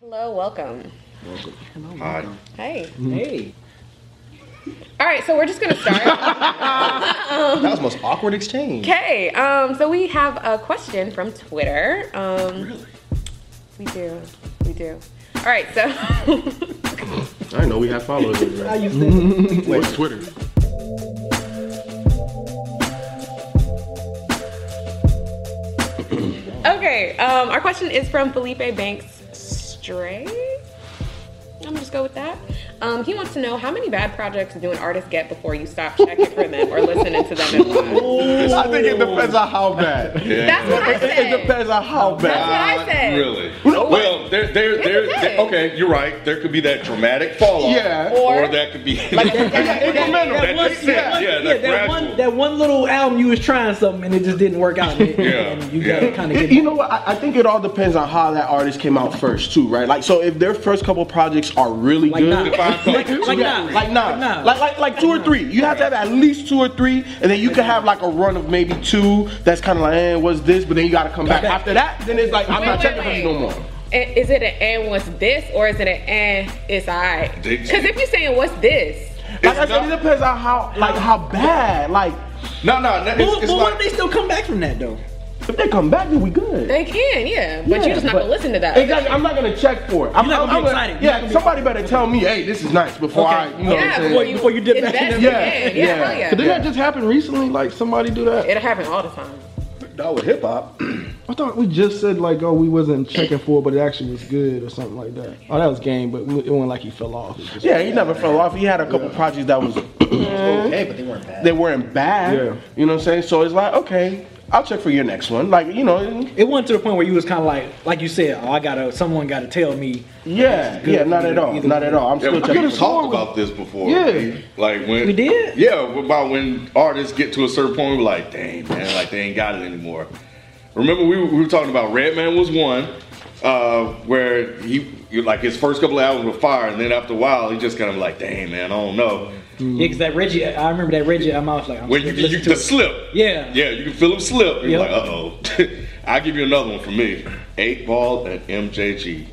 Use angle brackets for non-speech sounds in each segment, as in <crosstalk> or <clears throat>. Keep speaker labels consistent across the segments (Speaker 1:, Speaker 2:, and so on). Speaker 1: Hello, welcome.
Speaker 2: Hi.
Speaker 1: Hey.
Speaker 3: Hey.
Speaker 1: All right, so we're just gonna <laughs> start.
Speaker 2: That was the most awkward exchange.
Speaker 1: okay. Um, so we have a question from Twitter. Um, We do. We do. All right. So <laughs>
Speaker 4: I know we have followers. Right? What's Twitter?
Speaker 1: okay. Um, our question is from Felipe Banks Stray. I'm gonna just go with that. Um, he wants to know how many bad projects do an artist get before you stop checking for them or listening to <laughs> them? in line?
Speaker 5: I think it depends on how <laughs> bad.
Speaker 1: That's what I said.
Speaker 5: It depends on how bad.
Speaker 1: That's what I said.
Speaker 4: Really? Well, there, there, there,
Speaker 1: That's
Speaker 4: there-
Speaker 1: it.
Speaker 4: Okay, you're right. There could be that dramatic fall off.
Speaker 5: Yeah.
Speaker 4: Or,
Speaker 1: Or-
Speaker 4: that could be
Speaker 5: incremental.
Speaker 4: <laughs> That
Speaker 5: That
Speaker 4: descent. Yeah, that
Speaker 3: that
Speaker 4: gradual.
Speaker 3: one, that one little album you was trying something and it just didn't work out. And, and you
Speaker 4: yeah.
Speaker 3: got kind of
Speaker 5: It-
Speaker 3: get
Speaker 5: you know what? I, I think it all depends on how that artist came out first, too, right? Like, so if their first couple projects are really
Speaker 3: Like
Speaker 5: good, <laughs>
Speaker 3: Nas.
Speaker 4: Five
Speaker 3: Like-
Speaker 4: songs.
Speaker 3: like
Speaker 5: yeah,
Speaker 3: Nas.
Speaker 5: like
Speaker 3: Like
Speaker 5: nine,
Speaker 3: Nas.
Speaker 5: like like like two or three. You have to have at least two or three, and then you can have like a run of maybe two. That's kind of like, eh, what's this? But then you got to come back
Speaker 3: back.
Speaker 5: after that. Then it's like, I'm
Speaker 1: Wait,
Speaker 5: not
Speaker 1: wait,
Speaker 5: checking for
Speaker 1: wait.
Speaker 5: you no more.
Speaker 1: And is it an and what's this or is it an and it's alright?
Speaker 4: They-
Speaker 1: Because if you're saying what's this,
Speaker 5: Like I
Speaker 4: It's
Speaker 5: said, it
Speaker 4: not-
Speaker 5: depends on how like how bad. Like
Speaker 4: No, no, no. It's,
Speaker 3: But,
Speaker 4: it's
Speaker 3: but
Speaker 4: like,
Speaker 3: what if they still come back from that though?
Speaker 5: if they come back, then we good.
Speaker 1: they can, yeah. But
Speaker 5: Yeah,
Speaker 1: you're just not gonna listen to that.
Speaker 5: Exactly. I'm not gonna check for it. I'm
Speaker 3: You're not gonna
Speaker 5: I'm-
Speaker 3: be
Speaker 5: I'm
Speaker 3: excited. You're not
Speaker 5: Yeah,
Speaker 3: gonna be
Speaker 5: somebody better tell me, hey, this is nice before
Speaker 3: Okay.
Speaker 5: I, you know what
Speaker 1: Yeah,
Speaker 5: I'm
Speaker 1: before
Speaker 5: saying?
Speaker 1: you,
Speaker 3: Before you dip back
Speaker 1: invest
Speaker 3: in
Speaker 1: in
Speaker 3: the-
Speaker 1: yeah, yeah, hell yeah.
Speaker 2: But didn't that just happen recently? Like somebody do that?
Speaker 1: It'll happen all the time.
Speaker 2: Not with
Speaker 5: <clears throat>
Speaker 2: hip hop.
Speaker 5: I thought we just said like, oh, we wasn't checking for it, but it actually was good or something like that.
Speaker 3: Oh, that was game, but it wasn't like he fell off.
Speaker 5: Yeah, he never fell off. He had a couple projects that <clears throat> was
Speaker 2: Okay, but they weren't bad.
Speaker 5: they weren't bad.
Speaker 3: Yeah.
Speaker 5: You know what I'm saying? So it's like, okay, I'll check for your next one. Like, you know,
Speaker 3: It wasn't to the point where you was kind of like, like you said, oh, I gotta, someone gotta tell me.
Speaker 5: yeah, yeah, not at all, not at all. I'm
Speaker 4: Yeah,
Speaker 5: still
Speaker 4: we
Speaker 5: checking.
Speaker 4: could've
Speaker 5: for-
Speaker 4: talked about this before.
Speaker 5: Yeah.
Speaker 4: Like when
Speaker 3: We did?
Speaker 4: Yeah, about when artists get to a certain point, we're like, dang man, like they ain't got it anymore. Remember we, were- we were talking about Redman was one, uh, where he you- like his first couple of albums were fire, and then after a while he just kind of like, dang man, I don't know.
Speaker 3: Yeah, cause that Reggie, I remember that Reggie. I'm always like, I'm
Speaker 4: When you,
Speaker 3: scared to
Speaker 4: Mm-hmm. you
Speaker 3: listen to
Speaker 4: the
Speaker 3: it.
Speaker 4: slip.
Speaker 3: Yeah.
Speaker 4: Yeah, you can feel him slip. You're
Speaker 3: Yep.
Speaker 4: like, uh oh. <laughs> I'll give you another one from me. Eight ball and MJG.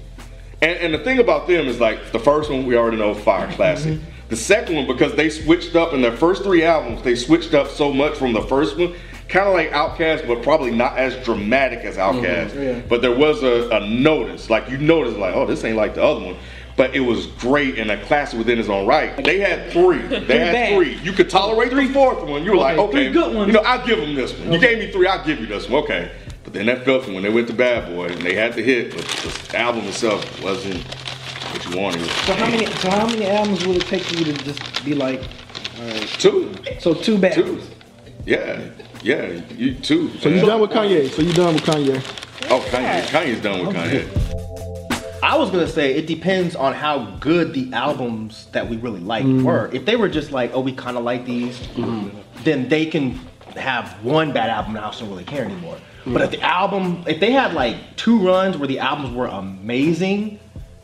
Speaker 4: And, and the thing about them is like the first one we already know fire classic.
Speaker 3: Mm-hmm.
Speaker 4: The second one because they switched up in their first three albums, they switched up so much from the first one, kind of like Outkast, but probably not as dramatic as Outkast.
Speaker 3: Mm-hmm.
Speaker 4: But there was a, a notice, like you noticed, like oh this ain't like the other one, but it was great and a classic within its own right. They had three, they had
Speaker 3: bad.
Speaker 4: three. You could tolerate the fourth one. You were like
Speaker 3: Okay,
Speaker 4: okay,
Speaker 3: three good ones.
Speaker 4: you know I'll give them this one. You gave me three, I'll give you this one. Okay. But then that felt when they went to Bad Boy and they had the hit, but the album itself wasn't what you wanted.
Speaker 3: So how many, so how many albums would it take for you to just be like,
Speaker 4: Two.
Speaker 3: so two bad?
Speaker 4: Two. Yeah. Yeah. You two.
Speaker 2: So you done with Kanye? So you done with Kanye?
Speaker 4: Oh, Kanye. Kanye's done with Kanye.
Speaker 6: I was gonna say it depends on how good the albums that we really liked were. If they were just like, oh, we kind of like these, then they can have one bad album and I just don't really care anymore. But if the album, if they had like two runs where the albums were amazing,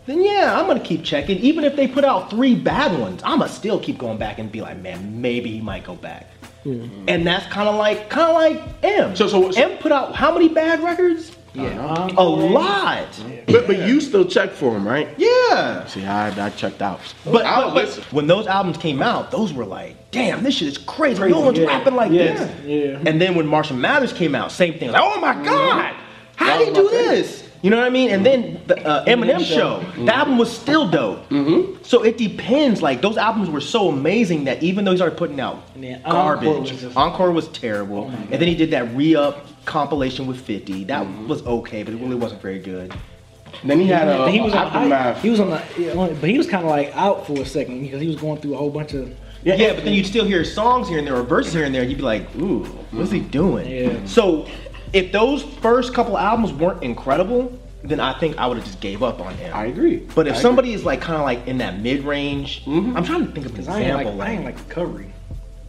Speaker 6: then yeah, I'm gonna keep checking. Even if they put out three bad ones, I'ma still keep going back and be like, man, maybe he might go back. And that's kind of like, kind of like M.
Speaker 5: So- so- so-
Speaker 6: M put out how many bad records?
Speaker 3: Yeah.
Speaker 6: A lot.
Speaker 5: But but you still check for him, right?
Speaker 6: Yeah.
Speaker 5: See, I, I checked out.
Speaker 6: But,
Speaker 4: I
Speaker 6: but,
Speaker 4: don't
Speaker 6: but
Speaker 4: listen.
Speaker 6: when those albums came out, those were like, damn, this shit is crazy. no one's
Speaker 3: yeah.
Speaker 6: rapping like
Speaker 3: Yes,
Speaker 6: this.
Speaker 3: yeah.
Speaker 6: And then when Marshall Mathers came out, same thing. Like, oh my god, how
Speaker 4: That
Speaker 6: did he
Speaker 4: was
Speaker 6: do
Speaker 4: my favorite.
Speaker 6: this? You know what I mean? And then the uh, Eminem show, the album was still dope. So it depends. Like those albums were so amazing that even though he started putting out
Speaker 3: And then
Speaker 6: garbage,
Speaker 3: Encore
Speaker 6: Encore
Speaker 3: was
Speaker 6: was,
Speaker 3: just-
Speaker 6: terrible. and then he did that re-up compilation with 50. That was okay, but it really wasn't very good.
Speaker 5: Then he had a
Speaker 3: he was on
Speaker 5: aftermath.
Speaker 3: hype. He was on the, yeah, on- but he was kind of like out for a second because he was going through a whole bunch of.
Speaker 6: Yeah, yeah, but then you'd still hear songs here and there or verses here and there. You'd be like, ooh, what's he doing?
Speaker 3: Yeah.
Speaker 6: So if those first couple albums weren't incredible, then I think I would have just gave up on him.
Speaker 4: I agree.
Speaker 6: But
Speaker 4: I
Speaker 6: if
Speaker 4: agree.
Speaker 6: somebody is like kind of like in that mid range, I'm trying to think of an
Speaker 3: I ain't like,
Speaker 6: example.
Speaker 3: I ain't
Speaker 6: like,
Speaker 3: like recovery.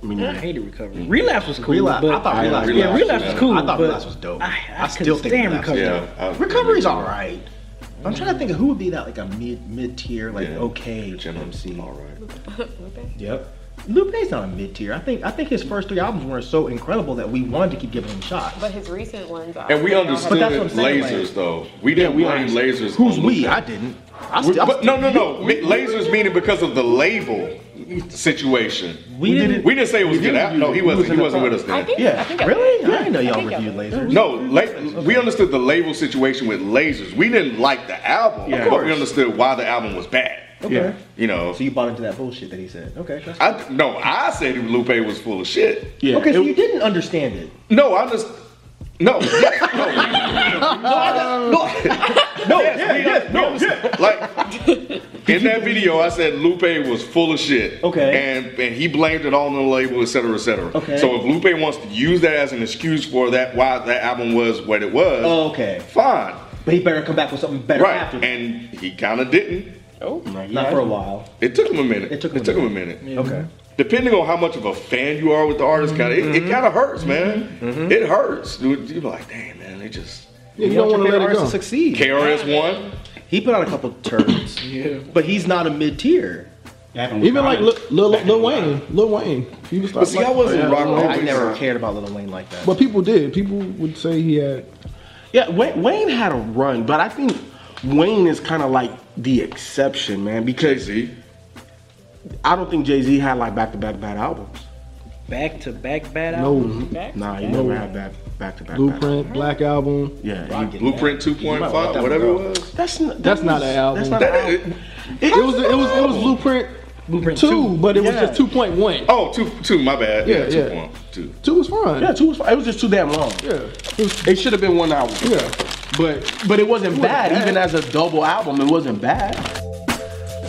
Speaker 3: I mean, I hated recovery. Relapse was cool.
Speaker 6: Relapse-
Speaker 3: but
Speaker 6: I thought relapse
Speaker 4: was
Speaker 3: yeah,
Speaker 4: dope.
Speaker 3: relapse was cool.
Speaker 6: I thought
Speaker 3: but
Speaker 6: relapse was dope.
Speaker 3: I, I,
Speaker 6: I still
Speaker 3: still
Speaker 6: think
Speaker 3: stand
Speaker 6: relapse was
Speaker 3: recovery.
Speaker 4: Yeah, I-
Speaker 6: recovery's all right. I'm trying to think of who would be that like a mid mid tier like
Speaker 4: Yeah.
Speaker 6: okay
Speaker 4: General
Speaker 6: MC.
Speaker 4: All right.
Speaker 6: Yep. Lupe's not a mid tier. I think I think his first three albums were so incredible that we wanted to keep giving him shots.
Speaker 1: But his recent ones. I
Speaker 4: And we
Speaker 1: don't know how
Speaker 4: understood
Speaker 6: that's what I'm saying,
Speaker 4: lasers
Speaker 6: like-
Speaker 4: though. We didn't
Speaker 6: we
Speaker 4: blame
Speaker 6: understand.
Speaker 4: lasers.
Speaker 6: Who's
Speaker 4: on
Speaker 6: we?
Speaker 4: Lupe.
Speaker 6: I didn't. I
Speaker 4: We-
Speaker 6: st- I
Speaker 4: but
Speaker 6: st-
Speaker 4: no, no, no. Mi- Lasers meaning because of the label situation.
Speaker 6: We didn't.
Speaker 4: We didn't say it was good. out. No, he wasn't. He wasn't with us
Speaker 1: I
Speaker 4: then.
Speaker 1: think.
Speaker 6: yeah.
Speaker 1: I think I-
Speaker 6: really? I,
Speaker 1: yeah,
Speaker 6: didn't know y'all
Speaker 1: think I
Speaker 6: reviewed
Speaker 1: did.
Speaker 6: lasers.
Speaker 4: No, la- we understood the label situation with lasers. We didn't like the album,
Speaker 6: Of
Speaker 4: but
Speaker 6: course.
Speaker 4: we understood why the album was bad.
Speaker 6: Okay.
Speaker 4: You know,
Speaker 6: So you bought into that bullshit that he said. Okay. That's
Speaker 4: I no, I said Lupe was full of shit.
Speaker 6: yeah. Okay. So you didn't understand it.
Speaker 4: No, I just no, <laughs> yes, no, no, no, yes, we- no, Like in that video, I said Lupe was full of shit.
Speaker 6: Okay.
Speaker 4: and and he blamed it all on the label, et cetera, et cetera.
Speaker 6: Okay.
Speaker 4: So if Lupe wants to use that as an excuse for that, why that album was what it was,
Speaker 6: Okay.
Speaker 4: fine,
Speaker 6: But he better come back with something better
Speaker 4: right?
Speaker 6: after. that.
Speaker 4: And he kind of didn't.
Speaker 5: Oh,
Speaker 6: Not for a while.
Speaker 4: It took him a minute.
Speaker 6: It took him a
Speaker 4: him a minute.
Speaker 6: Okay.
Speaker 4: Depending on how much of a fan you are with the artist, kind of it, it kind of hurts, man. It hurts. You- You're like, damn, man, they just.
Speaker 2: Yeah, you don't want to
Speaker 6: your
Speaker 2: let it
Speaker 6: favorite
Speaker 2: go.
Speaker 6: artist to succeed.
Speaker 4: KRS One.
Speaker 6: He put out a couple
Speaker 2: <laughs>
Speaker 6: turds, but he's not a mid tier.
Speaker 2: Even like Lil, Lil, Lil Wayne, Lil Wayne. He was
Speaker 4: But see,
Speaker 2: like-
Speaker 4: I wasn't rock and
Speaker 2: Lil Wayne.
Speaker 4: roll.
Speaker 6: I never cared about Lil Wayne like that.
Speaker 2: But people did. People would say he had.
Speaker 5: Yeah, Wayne, Wayne had a run, but I think Wayne is kind of like the exception, man, because
Speaker 4: Jay-Z.
Speaker 5: I don't think Jay Z had like back to back bad albums.
Speaker 3: Back to back bad
Speaker 2: No
Speaker 3: albums.
Speaker 5: Nah, you never had back back to back.
Speaker 2: oh, blueprint, Black Album.
Speaker 5: Yeah, he-
Speaker 4: Blueprint 2.5, whatever it was.
Speaker 5: that's not
Speaker 2: That's not an album.
Speaker 5: That's not
Speaker 4: That-
Speaker 5: an album.
Speaker 2: It was it was it was Blueprint,
Speaker 3: Blueprint
Speaker 2: two,
Speaker 3: two.
Speaker 2: but it
Speaker 5: Yeah.
Speaker 2: was just two point one.
Speaker 4: oh, two, two, my bad.
Speaker 2: Yeah,
Speaker 4: Yeah,
Speaker 2: yeah.
Speaker 4: 2.2.
Speaker 2: Two was fine.
Speaker 5: Yeah, two was, it was just too damn long.
Speaker 2: yeah, it was,
Speaker 5: It should have been one album.
Speaker 2: yeah.
Speaker 5: But but it wasn't bad.
Speaker 2: bad.
Speaker 5: Even as a double album, it wasn't bad.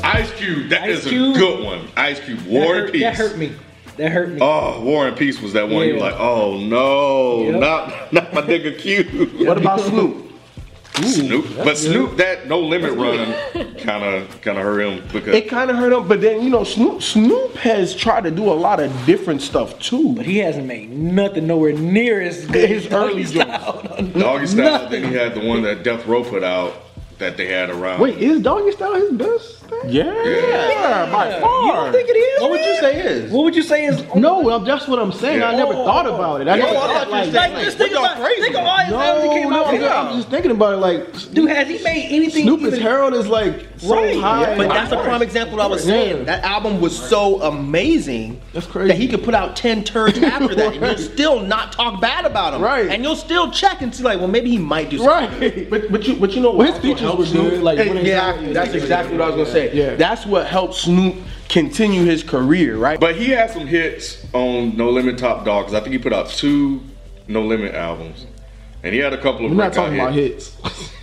Speaker 4: Ice Cube, that
Speaker 3: Ice
Speaker 4: is
Speaker 3: Cube.
Speaker 4: a good one. Ice Cube,
Speaker 3: That
Speaker 4: War and
Speaker 3: hurt,
Speaker 4: Peace.
Speaker 3: that hurt me. That hurt me.
Speaker 4: Oh, War and Peace was that one. You're
Speaker 3: Yeah.
Speaker 4: like, oh no,
Speaker 3: Yep.
Speaker 4: not not my nigga Cube.
Speaker 5: What about Snoop?
Speaker 4: Snoop, but Snoop, that No Limit run kind of kind of hurt him because
Speaker 5: It kind of hurt him, but then you know Snoop Snoop has tried to do a lot of different stuff too.
Speaker 3: But he hasn't made nothing nowhere near as
Speaker 5: <laughs>
Speaker 3: good
Speaker 5: His
Speaker 3: as
Speaker 5: early
Speaker 3: Doggy Style.
Speaker 4: Doggy Style. Then he had the one that Death Row put out that they had around.
Speaker 2: Wait, is Doggy Style his best? Thing?
Speaker 5: Yeah, by far.
Speaker 3: You don't think it is?
Speaker 6: what would you
Speaker 3: man?
Speaker 6: say is?
Speaker 3: What would you say is?
Speaker 2: No, I'm- that's what I'm saying. I
Speaker 4: Yeah.
Speaker 3: Oh.
Speaker 2: never thought about it. I never
Speaker 4: I
Speaker 2: thought
Speaker 4: thought
Speaker 2: like.
Speaker 4: you
Speaker 3: Like just think about think of all his albums he
Speaker 2: No,
Speaker 3: came
Speaker 2: no,
Speaker 3: out
Speaker 2: I'm
Speaker 3: with.
Speaker 2: just, I'm just thinking about it. Like
Speaker 3: Dude, has he made anything?
Speaker 2: Snoop
Speaker 3: even-
Speaker 2: is herald is like so
Speaker 3: Right.
Speaker 2: high.
Speaker 6: But that's the prime example I was
Speaker 2: Yeah.
Speaker 6: saying. That album was so amazing
Speaker 2: That's crazy.
Speaker 6: that he could put out
Speaker 2: <laughs>
Speaker 6: 10 turds after that and you'll still not talk bad about him.
Speaker 2: Right.
Speaker 6: And you'll still check and see, like, well, maybe he might do
Speaker 2: <laughs>
Speaker 6: something.
Speaker 2: right. <laughs>
Speaker 5: But but you but you know
Speaker 2: Well,
Speaker 5: what?
Speaker 2: his
Speaker 5: also
Speaker 2: features
Speaker 5: helped
Speaker 2: were good, like, when it-
Speaker 5: exactly. That's exactly what I was gonna say.
Speaker 2: Yeah.
Speaker 5: That's what helped Snoop continue his career, right?
Speaker 4: But he had some hits on No Limit Top Dog 'cause I think he put out two No Limit albums, and he had a couple of.
Speaker 2: We're not
Speaker 4: breakout
Speaker 2: talking about
Speaker 4: hits.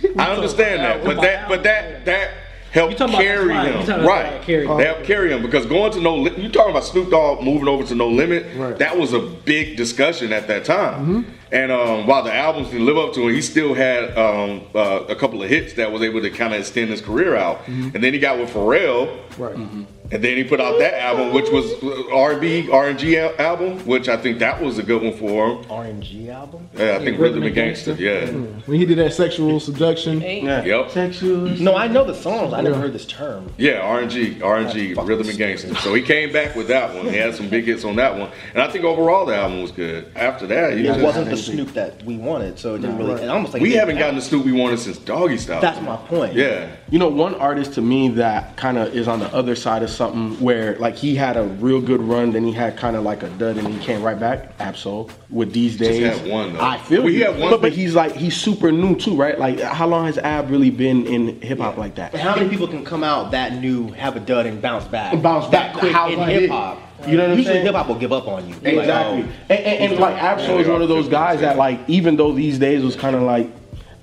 Speaker 2: hits.
Speaker 4: I understand that, but that, but that, that helped
Speaker 3: You talking about
Speaker 4: carry
Speaker 3: that's right. You
Speaker 4: him,
Speaker 3: talking about
Speaker 4: right?
Speaker 3: that carry him.
Speaker 4: They helped carry him because going to No, Li- you talking about Snoop Dogg moving over to No Limit?
Speaker 2: Right. Mm-hmm.
Speaker 4: That was a big discussion at that time. And um, while the albums didn't live up to it, he still had um, uh, a couple of hits that was able to kind of extend his career out. And then he got with Pharrell. Mm-hmm.
Speaker 2: Mm-hmm. right.
Speaker 4: And then he put out that album, which was uh, R&B, R&G al- album, which I think that was a good one for him.
Speaker 6: RNG album?
Speaker 4: Yeah, I think
Speaker 3: Oh, Rhythm
Speaker 4: Rhythm and
Speaker 3: and Mm-hmm.
Speaker 4: Gangsta, yeah.
Speaker 2: When he did that sexual seduction.
Speaker 4: Yep.
Speaker 6: No, I know the songs. I never heard this term.
Speaker 4: Yeah, R&G, R&G, Rhythm and Gangsta. So he came back with that one. He had some big hits on that one. And I think overall the album was good. After that, he
Speaker 6: It
Speaker 4: just-
Speaker 6: wasn't the Snoop that we wanted, so it didn't really. It almost like
Speaker 4: we haven't gotten the Snoop we wanted since Doggy Style.
Speaker 6: That's my point.
Speaker 4: Yeah.
Speaker 5: You know, one artist to me that kind of is on the other side of something where like he had a real good run, then he had kind of like a dud, and he came right back. Absol with these
Speaker 4: Just
Speaker 5: days,
Speaker 4: had one, though.
Speaker 5: I feel
Speaker 4: Well, he
Speaker 5: you.
Speaker 4: had one-
Speaker 5: but, but he's like he's super new too, right? Like how long has Ab really been in hip hop like that?
Speaker 6: How many people can come out that new, have a dud, and bounce back?
Speaker 5: And bounce
Speaker 6: that
Speaker 5: back quick
Speaker 6: How
Speaker 5: in
Speaker 6: in
Speaker 5: hip
Speaker 6: hip
Speaker 5: hop.
Speaker 6: hop?
Speaker 5: You know what I'm
Speaker 6: Usually
Speaker 5: saying?
Speaker 6: hip hop will give up on you. Like,
Speaker 5: Exactly.
Speaker 6: oh,
Speaker 5: and, and, and like Absol is one of those guys that like even though these days was kind of like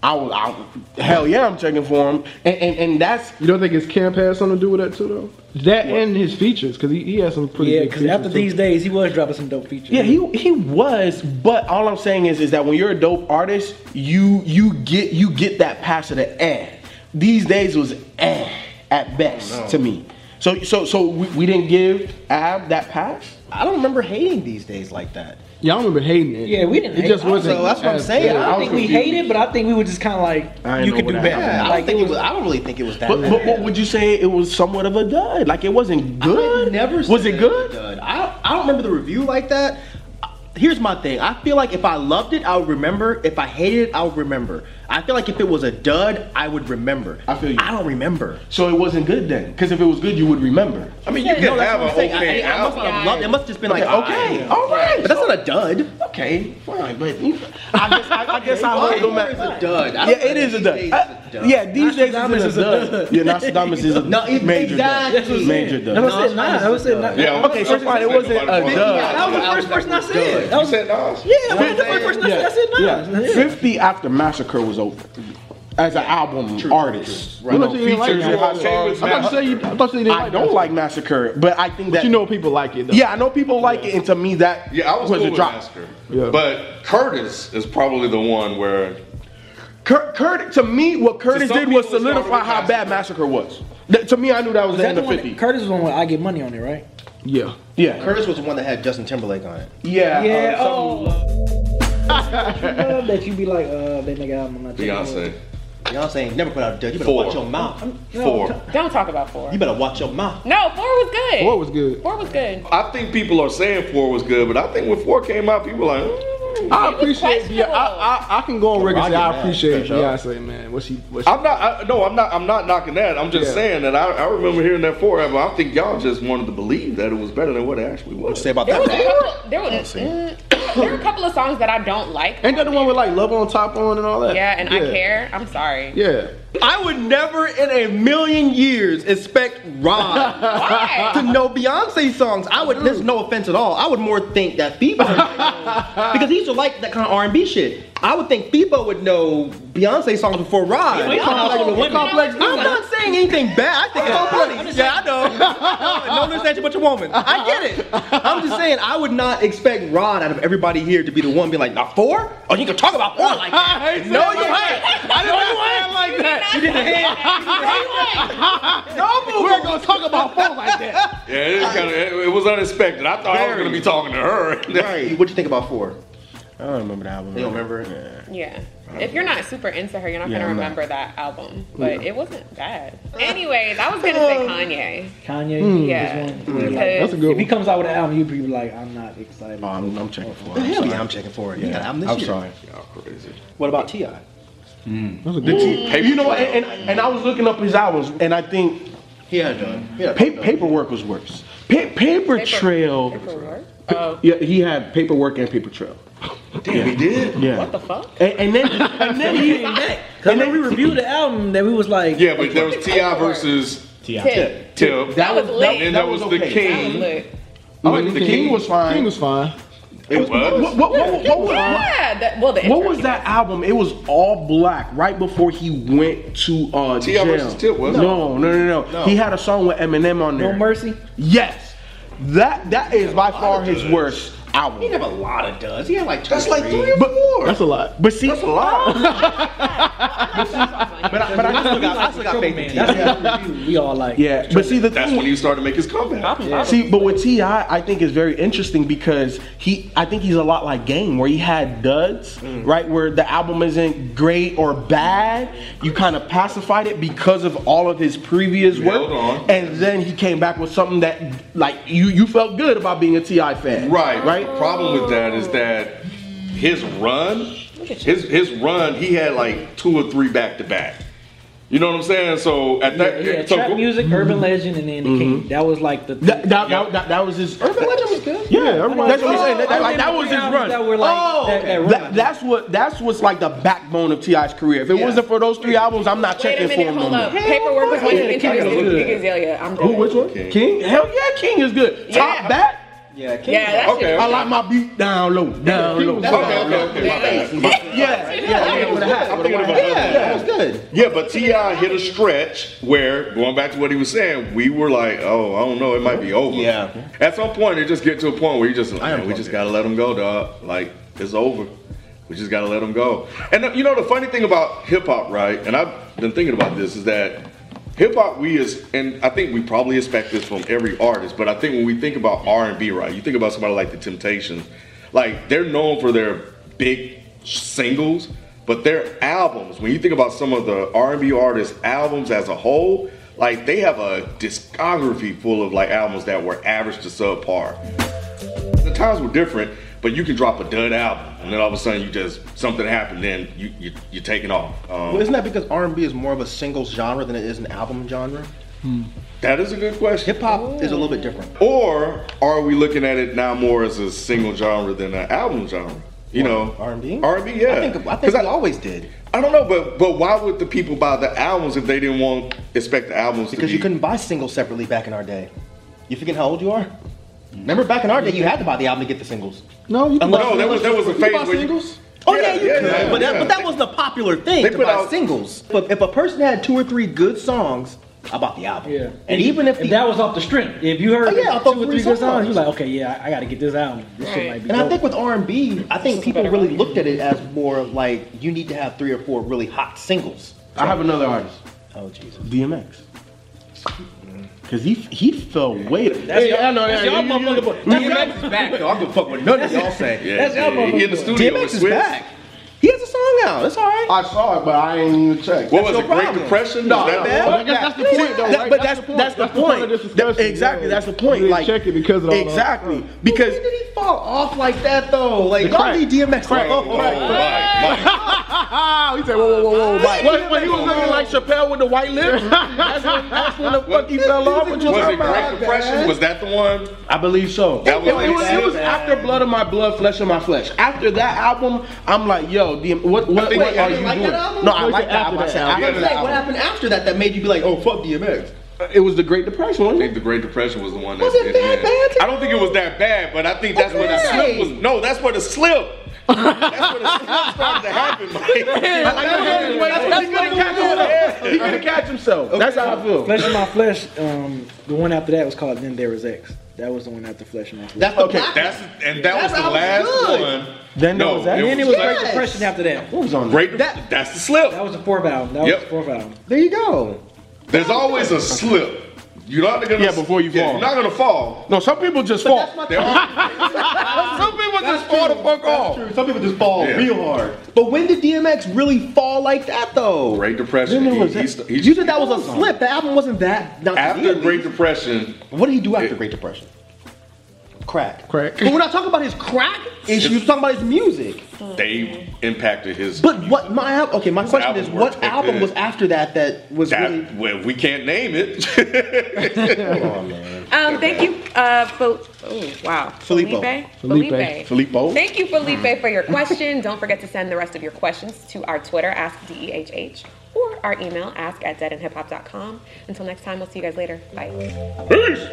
Speaker 5: I, was- I was- hell yeah, I'm checking for him, and and, and that's
Speaker 2: You don't think his camp has something to do with that too, though? That and his features, because he, he has some pretty.
Speaker 3: Yeah,
Speaker 2: big
Speaker 3: because after
Speaker 2: features,
Speaker 3: these
Speaker 2: too.
Speaker 3: days, he was dropping some dope features.
Speaker 5: Yeah, he he was, but all I'm saying is is that when you're a dope artist, you you get you get that pass of the eh. These days it was eh at best to me. So so so we, we didn't give Ab that pass.
Speaker 6: I don't remember hating these days like that.
Speaker 2: Yeah, I remember hating it.
Speaker 3: Yeah, we didn't
Speaker 2: It
Speaker 3: hate
Speaker 2: just
Speaker 3: it.
Speaker 2: wasn't.
Speaker 6: So that's what I'm
Speaker 2: as
Speaker 6: saying.
Speaker 2: good.
Speaker 6: I
Speaker 3: I don't
Speaker 6: was
Speaker 3: think we
Speaker 6: confused.
Speaker 3: hated, but I think we were just kind of
Speaker 5: I
Speaker 3: like,
Speaker 5: didn't
Speaker 3: you
Speaker 5: know
Speaker 3: could do
Speaker 5: what
Speaker 3: better.
Speaker 5: happened.
Speaker 6: Yeah, I
Speaker 3: Like,
Speaker 6: don't think it was. I don't really think it was that.
Speaker 5: But,
Speaker 6: bad.
Speaker 5: but but would you say it was somewhat of a dud? Like it wasn't good.
Speaker 6: I never
Speaker 5: was
Speaker 6: said
Speaker 5: it good.
Speaker 6: dud. I don't, I don't remember the review like that. Uh, Here's my thing. I feel like if I loved it, I would remember. If I hated it, I would remember. I feel like if it was a dud, I would remember.
Speaker 5: I feel you.
Speaker 6: I don't remember.
Speaker 5: So it wasn't good then, because if it was good, you would remember.
Speaker 4: I mean, you
Speaker 6: No,
Speaker 4: can
Speaker 6: that's
Speaker 4: have
Speaker 6: what
Speaker 4: an
Speaker 6: I'm saying. I-
Speaker 4: okay
Speaker 6: I, I must not
Speaker 4: album.
Speaker 6: have loved it. It must have just been like
Speaker 5: Okay,
Speaker 6: okay.
Speaker 5: all right,
Speaker 6: But that's not a dud.
Speaker 5: okay, fine. But you- I guess I, I guess I
Speaker 6: Okay,
Speaker 5: was no matter.
Speaker 6: it's a dud.
Speaker 5: Yeah,
Speaker 6: I don't
Speaker 5: it is
Speaker 6: think
Speaker 5: a
Speaker 6: these
Speaker 5: dud.
Speaker 6: days
Speaker 5: Uh,
Speaker 6: it's a dud.
Speaker 5: yeah, these days
Speaker 3: Nostradamus
Speaker 5: it's a dud. Yeah, Nostradamus <laughs> is a
Speaker 6: No, it-
Speaker 5: major
Speaker 6: exactly. That's what
Speaker 5: dud.
Speaker 6: I'm
Speaker 5: Major
Speaker 3: that was
Speaker 5: dud.
Speaker 3: it. Nah, that was it. Nah.
Speaker 4: Yeah.
Speaker 5: Okay, so fine. It wasn't a
Speaker 4: Nobody
Speaker 5: dud.
Speaker 3: That was the first person I said. That
Speaker 4: You
Speaker 3: was
Speaker 4: said Nas?
Speaker 3: Yeah, that was the first person I said. I said nah.
Speaker 5: Yeah, fifty after Massacre was over. As an album artist,
Speaker 2: You
Speaker 5: you
Speaker 2: know,
Speaker 5: know,
Speaker 2: you didn't like
Speaker 5: features and hot
Speaker 2: Massacre.
Speaker 5: songs.
Speaker 2: I'm about to say you. I'm about to say you didn't
Speaker 5: I don't
Speaker 2: that.
Speaker 5: like Massacre, but I think
Speaker 2: But
Speaker 5: that
Speaker 2: you know people like it. Though.
Speaker 5: Yeah, I know people like it, and to me that
Speaker 4: Yeah, I was,
Speaker 5: was
Speaker 4: cool
Speaker 5: a
Speaker 4: with
Speaker 5: drop.
Speaker 4: Master.
Speaker 2: Yeah.
Speaker 4: But Curtis is probably the one where
Speaker 5: Cur- Curtis, to me, what Curtis
Speaker 4: some
Speaker 5: did was
Speaker 4: people, it's
Speaker 5: solidify
Speaker 4: probably
Speaker 5: how bad Massacre was. That- to me, I knew that was
Speaker 3: Was
Speaker 5: the
Speaker 3: that
Speaker 5: end
Speaker 3: the
Speaker 5: of
Speaker 3: one
Speaker 5: fifty.
Speaker 3: that, Curtis was the one with I Get Money on it, right?
Speaker 2: yeah.
Speaker 5: yeah,
Speaker 6: Curtis was the one that had Justin Timberlake on it.
Speaker 5: yeah,
Speaker 3: Yeah,
Speaker 5: uh, something-
Speaker 3: oh. Love that <laughs> you be like, uh, they make an album. I'm not checking it.
Speaker 4: Beyonce.
Speaker 6: Y'all saying never put out a dud. You better
Speaker 4: Four.
Speaker 6: watch your mouth.
Speaker 4: Four.
Speaker 1: Don't talk about four.
Speaker 6: You better watch your mouth.
Speaker 1: No, four was good.
Speaker 2: Four was good.
Speaker 1: Four was good.
Speaker 4: I think people are saying four was good, but I think when four came out, people were like, "Mm."
Speaker 2: I
Speaker 1: It was
Speaker 2: appreciate. Yeah, I, I I can go on record and say
Speaker 6: Rocket
Speaker 2: I
Speaker 6: Man,
Speaker 2: appreciate
Speaker 6: for sure.
Speaker 2: Beyonce, man. What she what she
Speaker 4: I'm not. I, no, I'm not. I'm not knocking that. I'm just
Speaker 2: Yeah.
Speaker 4: saying that I, I remember hearing that four album. I think y'all just wanted to believe that it was better than what it actually was.
Speaker 6: Say about
Speaker 1: There was
Speaker 6: that.
Speaker 1: a
Speaker 6: Rob?
Speaker 1: couple. There was. mm, there were a couple of songs that I don't like.
Speaker 2: Ain't that the one with like love on top on and all that?
Speaker 1: Yeah, and I care. I'm sorry.
Speaker 2: Yeah.
Speaker 6: I would never in a million years expect Rob
Speaker 1: Why?
Speaker 6: to know Beyonce songs. I would. There's no offense at all. I would more think that Bebo would <laughs> know, because he used to like that kind of R&B shit. I would think Bebo would know Beyonce songs before Rob.
Speaker 3: we complex- we complex
Speaker 6: I'm not saying anything bad. I think it's complex. Yeah, I know. <laughs> No understand you, but your woman. I get it. I'm just saying I would not expect Rod out of everybody here to be the one being like, not four? Oh, you can talk about four like <laughs> that. no, you ain't. I didn't like
Speaker 1: You did not say that.
Speaker 6: <laughs> No, we're gonna talk about four like that.
Speaker 4: Yeah, it, is kinda, it, it was unexpected. I thought I was
Speaker 6: Very.
Speaker 4: gonna be talking to her.
Speaker 6: Right. What you think about four?
Speaker 5: I don't remember the album.
Speaker 6: You don't remember it?
Speaker 1: Yeah. If you're not super into her, you're not
Speaker 5: Yeah,
Speaker 1: gonna
Speaker 5: I'm not.
Speaker 1: remember that album. But it wasn't bad. Anyways, I was gonna say Kanye.
Speaker 3: Kanye.
Speaker 1: Yeah.
Speaker 3: this one, where, like,
Speaker 1: Because-
Speaker 2: That's a good
Speaker 3: If he
Speaker 2: one.
Speaker 3: comes out with an album, you'd be like, I'm not excited.
Speaker 5: Oh, I'm, I'm checking for it.
Speaker 6: Hell
Speaker 5: I'm
Speaker 6: yeah,
Speaker 5: sorry.
Speaker 6: I'm checking for it. Yeah, I'm this
Speaker 5: I'm
Speaker 6: year.
Speaker 5: sorry.
Speaker 4: <laughs> Y'all crazy.
Speaker 6: What about Ti?
Speaker 2: That's a good one.
Speaker 4: Paper
Speaker 5: You know,
Speaker 4: Trail.
Speaker 5: and, and and I was looking up his albums, and I think
Speaker 6: He had done. Yeah.
Speaker 5: pa- paperwork was worse. Pa- paper trail.
Speaker 1: For <laughs> work? Oh,
Speaker 5: Yeah, he had paperwork and paper trail.
Speaker 4: Damn, he did.
Speaker 5: Yeah.
Speaker 1: what the fuck?
Speaker 5: And, and then and then he
Speaker 3: Because when we reviewed the album, that we was like,
Speaker 4: Yeah, but there was Ti versus
Speaker 1: Tip.
Speaker 4: Tip.
Speaker 1: That was lit.
Speaker 4: And
Speaker 1: That
Speaker 4: there was
Speaker 5: was
Speaker 4: the
Speaker 5: okay.
Speaker 1: That was
Speaker 4: King.
Speaker 1: lit.
Speaker 5: I like Oh, the King was fine.
Speaker 2: King was fine.
Speaker 4: It was.
Speaker 5: What, what, what, what, what was,
Speaker 1: Yeah. That, well, the
Speaker 5: what
Speaker 1: intro,
Speaker 5: was
Speaker 1: you
Speaker 5: that album? It was all black right before he went to uh,
Speaker 4: T.I.
Speaker 5: jail.
Speaker 4: versus Tip, wasn't it?
Speaker 5: no, no, no, no, He had a song with Eminem on there.
Speaker 3: No Mercy.
Speaker 5: Yes, that that is by far his worst album.
Speaker 6: He didn't have a lot of duds. He had like two.
Speaker 4: That's like three or
Speaker 5: But-
Speaker 4: four.
Speaker 2: That's a lot.
Speaker 5: But see, that's <laughs>
Speaker 4: a lot.
Speaker 5: But I, but I
Speaker 6: still got, I still got faith in Ti.
Speaker 3: That's what we reviewed. We all like.
Speaker 5: yeah. But see, the
Speaker 4: That's
Speaker 5: thing,
Speaker 4: when he started to make his comeback.
Speaker 5: See, but with Ti, I think is very interesting because he, I think he's a lot like Game, where he had duds, right? Where the album isn't great or bad. You kind of pacified it because of all of his previous work,
Speaker 4: held on.
Speaker 5: and then he came back with something that, like, you you felt good about being a Ti fan,
Speaker 4: Right,
Speaker 5: Right.
Speaker 4: The problem with that is that his run, his his run, he had like two or three back to back. You know what I'm saying? So at
Speaker 3: Yeah,
Speaker 4: that,
Speaker 3: yeah,
Speaker 4: so
Speaker 3: trap music, urban legend, and then the king.
Speaker 2: Mm-hmm.
Speaker 3: That was like the.
Speaker 5: That, that, that, that, that was his.
Speaker 6: Urban Legend was good.
Speaker 2: Yeah, everybody-
Speaker 5: That's what I'm saying. That, that- like, that was his run.
Speaker 3: That were like,
Speaker 5: oh,
Speaker 3: that, that run.
Speaker 5: that- that's what that's what's like the backbone of Ti's career. If it
Speaker 6: Yeah.
Speaker 5: wasn't for those three albums, I'm not
Speaker 1: Wait
Speaker 5: checking
Speaker 1: a minute,
Speaker 5: for him.
Speaker 1: hold
Speaker 5: no
Speaker 1: up.
Speaker 5: more.
Speaker 1: Paperwork was when
Speaker 3: yeah,
Speaker 1: you
Speaker 3: King
Speaker 1: introduced
Speaker 3: is
Speaker 1: Iggy
Speaker 3: good.
Speaker 1: Azalea. I'm dead.
Speaker 5: Who? Which one? King? Hell yeah, King is good.
Speaker 1: Yeah.
Speaker 5: Top back.
Speaker 6: Yeah, King
Speaker 1: Yeah, that
Speaker 4: Okay.
Speaker 1: shit.
Speaker 5: I like my beat down low, down low.
Speaker 4: Okay, okay, okay. My bad. My bad.
Speaker 5: Yeah, yeah, yeah, with a hat.
Speaker 4: I'm thinking about
Speaker 6: Yeah, that was good.
Speaker 4: Yeah, but T.I. hit a stretch where, going back to what he was saying, we were like, oh, I don't know, it might be over.
Speaker 6: Yeah.
Speaker 4: At some point, it just get to a point where you just, like,
Speaker 6: I
Speaker 4: man, we
Speaker 6: unplugged
Speaker 4: just
Speaker 6: it.
Speaker 4: gotta let him go, dog. Like, it's over. We just gotta let him go. And uh, you know, the funny thing about hip hop, right? And I've been thinking about this is that hip hop, we is, and I think we probably expect this from every artist, but I think when we think about R and B, right? You think about somebody like the Temptations, like they're known for their big singles, but their albums. When you think about some of the R and B artists' albums as a whole, like they have a discography full of like albums that were average to subpar the times were different, but you can drop a dud album, and then all of a sudden you just something happened, then you you you're taking off.
Speaker 6: Well,
Speaker 4: Um,
Speaker 6: isn't that because R&B is more of a singles genre than it is an album genre?
Speaker 4: that is a good question.
Speaker 6: Hip hop is a little bit different.
Speaker 4: Or are we looking at it now more as a single genre than an album genre? You know,
Speaker 6: R&B?
Speaker 4: R&B, yeah.
Speaker 6: I think I
Speaker 4: 'Cause
Speaker 6: think we always did
Speaker 4: I don't know, but but why would the people buy the albums if they didn't want expect the albums to
Speaker 6: because
Speaker 4: be?
Speaker 6: you couldn't buy singles separately back in our day. You forget how old you are? Remember back in our day, you had to buy the album to get the singles.
Speaker 2: No, you can
Speaker 4: No, that was- that was a
Speaker 2: you can buy
Speaker 4: phase where you-
Speaker 2: singles?
Speaker 6: Oh yeah, you could,
Speaker 4: yeah,
Speaker 6: but,
Speaker 4: yeah.
Speaker 6: That, but that wasn't a popular thing
Speaker 4: They
Speaker 6: to
Speaker 4: put
Speaker 6: buy
Speaker 4: out-
Speaker 6: singles. But if a person had two or three good songs, I bought the album.
Speaker 3: Yeah.
Speaker 6: and even if, the,
Speaker 3: that was off the strip, if you heard
Speaker 6: Oh, yeah, I
Speaker 3: two
Speaker 6: thought
Speaker 3: or
Speaker 6: three
Speaker 3: three good songs,
Speaker 6: songs.
Speaker 3: you're like, okay, yeah, I, I got to get this album. This shit might be.
Speaker 6: and I
Speaker 3: dope.
Speaker 6: think with R and B, I think
Speaker 1: is
Speaker 6: people
Speaker 1: better
Speaker 6: really
Speaker 1: R&B.
Speaker 6: looked at it as more of like you need to have three or four really hot singles.
Speaker 5: I have another artist,
Speaker 6: Oh Jesus.
Speaker 5: DMX. Cause he he fell way.
Speaker 3: That's y'all- that's y'all
Speaker 5: you- you-
Speaker 3: motherfucking boy.
Speaker 5: you-
Speaker 3: That's y'all-
Speaker 6: back though. I don't fuck with none of y'all say.
Speaker 4: yeah,
Speaker 3: that's
Speaker 4: yeah,
Speaker 3: album
Speaker 4: he in the studio. with
Speaker 6: DMX is
Speaker 4: Swizz.
Speaker 6: back. He has a song out. That's all right.
Speaker 5: I saw it, but I ain't even checked.
Speaker 4: What was
Speaker 6: your
Speaker 4: it? Great
Speaker 6: problem.
Speaker 4: Depression?
Speaker 5: No,
Speaker 4: Was that-
Speaker 6: man.
Speaker 5: But I guess that's the point, though.
Speaker 6: That-
Speaker 5: right?
Speaker 6: but that's- that's the point.
Speaker 5: of this
Speaker 2: That-
Speaker 5: discussion.
Speaker 2: exactly,
Speaker 5: exactly, that's
Speaker 2: that's the
Speaker 5: the
Speaker 2: point,
Speaker 5: point.
Speaker 2: We didn't like-
Speaker 5: like
Speaker 2: check it because of all that.
Speaker 5: exactly
Speaker 6: Because
Speaker 5: because
Speaker 6: when did he fall off like that though? Like y'all
Speaker 2: crack.
Speaker 6: need DMX.
Speaker 4: Crack.
Speaker 6: alone.
Speaker 4: Oh, Mike, Mike.
Speaker 5: he said, "Whoa, whoa, whoa, whoa!" Mike. When, when he was looking like Chappelle with the white lips, that's when, that's when the fuck he fell off. What you
Speaker 4: Was
Speaker 5: talking
Speaker 4: it Great
Speaker 5: about?
Speaker 4: Depression? Was that the one?
Speaker 5: I believe so.
Speaker 4: That was
Speaker 5: it, it was, it was
Speaker 4: bad.
Speaker 5: after Blood of My Blood, Flesh of My Flesh. After that album, I'm like, yo, DM, what, what,
Speaker 4: think-
Speaker 5: what
Speaker 4: wait,
Speaker 5: are
Speaker 4: you
Speaker 5: you
Speaker 4: didn't
Speaker 6: like
Speaker 5: doing?
Speaker 6: that album?
Speaker 5: No,
Speaker 6: Or
Speaker 5: I
Speaker 6: was
Speaker 5: like
Speaker 6: it
Speaker 5: that
Speaker 6: after
Speaker 5: album. I
Speaker 6: that?
Speaker 5: said, I
Speaker 4: Yeah,
Speaker 5: like
Speaker 6: Like,
Speaker 4: the
Speaker 5: that
Speaker 6: what
Speaker 5: album.
Speaker 6: happened after that that made you be like, oh fuck DMX?
Speaker 5: It was the Great Depression,
Speaker 4: I
Speaker 5: wasn't
Speaker 4: think
Speaker 5: it?
Speaker 4: the Great Depression was the one that
Speaker 6: Was it
Speaker 4: did
Speaker 6: that bad?
Speaker 4: I don't think it was that bad, but I think that's where the slip
Speaker 6: Okay.
Speaker 4: was. No, that's where the slip. that's where the
Speaker 6: <laughs>
Speaker 4: slip started to happen. Mike.
Speaker 5: He couldn't catch himself. He couldn't catch himself. That's how I feel.
Speaker 3: Flesh of My Flesh, um, the one after that was called Then There Was X. That was the one after Flesh of My Flesh.
Speaker 6: That's the
Speaker 5: Okay,
Speaker 6: black
Speaker 4: That's
Speaker 6: one.
Speaker 4: and that was
Speaker 6: That's-
Speaker 4: the
Speaker 6: I was
Speaker 4: last
Speaker 6: good.
Speaker 4: one.
Speaker 5: Then
Speaker 4: no,
Speaker 5: there was that.
Speaker 3: and then it was
Speaker 6: Yes.
Speaker 3: Great Depression after that.
Speaker 5: What was on that?
Speaker 4: Great.
Speaker 6: That-
Speaker 4: that's the slip.
Speaker 3: That was the fourth album. That
Speaker 4: Yep.
Speaker 3: was the fourth album.
Speaker 6: There you go.
Speaker 4: There's always a slip. You're not gonna.
Speaker 5: Yeah, before you fall.
Speaker 4: You're not gonna fall.
Speaker 5: No, some people just
Speaker 6: But that's
Speaker 5: fall.
Speaker 6: my
Speaker 4: There
Speaker 6: <laughs>
Speaker 4: are,
Speaker 5: Some people just fall the fuck off.
Speaker 6: True. Some people just fall
Speaker 4: Yeah.
Speaker 6: real hard. But when did DMX really fall like that though?
Speaker 4: Great Depression.
Speaker 5: Then there
Speaker 4: He-
Speaker 5: was that-
Speaker 4: he's- he's-
Speaker 6: You said that was a slip. The album wasn't that. Not
Speaker 4: after
Speaker 6: really.
Speaker 4: Great Depression.
Speaker 6: What did he do after
Speaker 4: It-
Speaker 6: Great Depression? Crack.
Speaker 2: Crack.
Speaker 6: But we're not talking about his crack issue. We're talking about his music.
Speaker 4: They impacted his.
Speaker 6: But what my al- okay? My question
Speaker 4: album
Speaker 6: is,
Speaker 4: were
Speaker 6: what
Speaker 4: so
Speaker 6: album
Speaker 4: good.
Speaker 6: was after that that was really?
Speaker 4: That, well, we can't name it. <laughs>
Speaker 1: Um, thank you, uh, Fel- oh, wow,
Speaker 6: Filippo.
Speaker 1: Felipe.
Speaker 2: Felipe.
Speaker 5: Filippo.
Speaker 1: Thank you, Felipe, for your question. Don't forget to send the rest of your questions to our Twitter, ask DEHH, or our email, ask at deadandhiphop.com. Until next time, we'll see you guys later. Bye.
Speaker 4: Peace.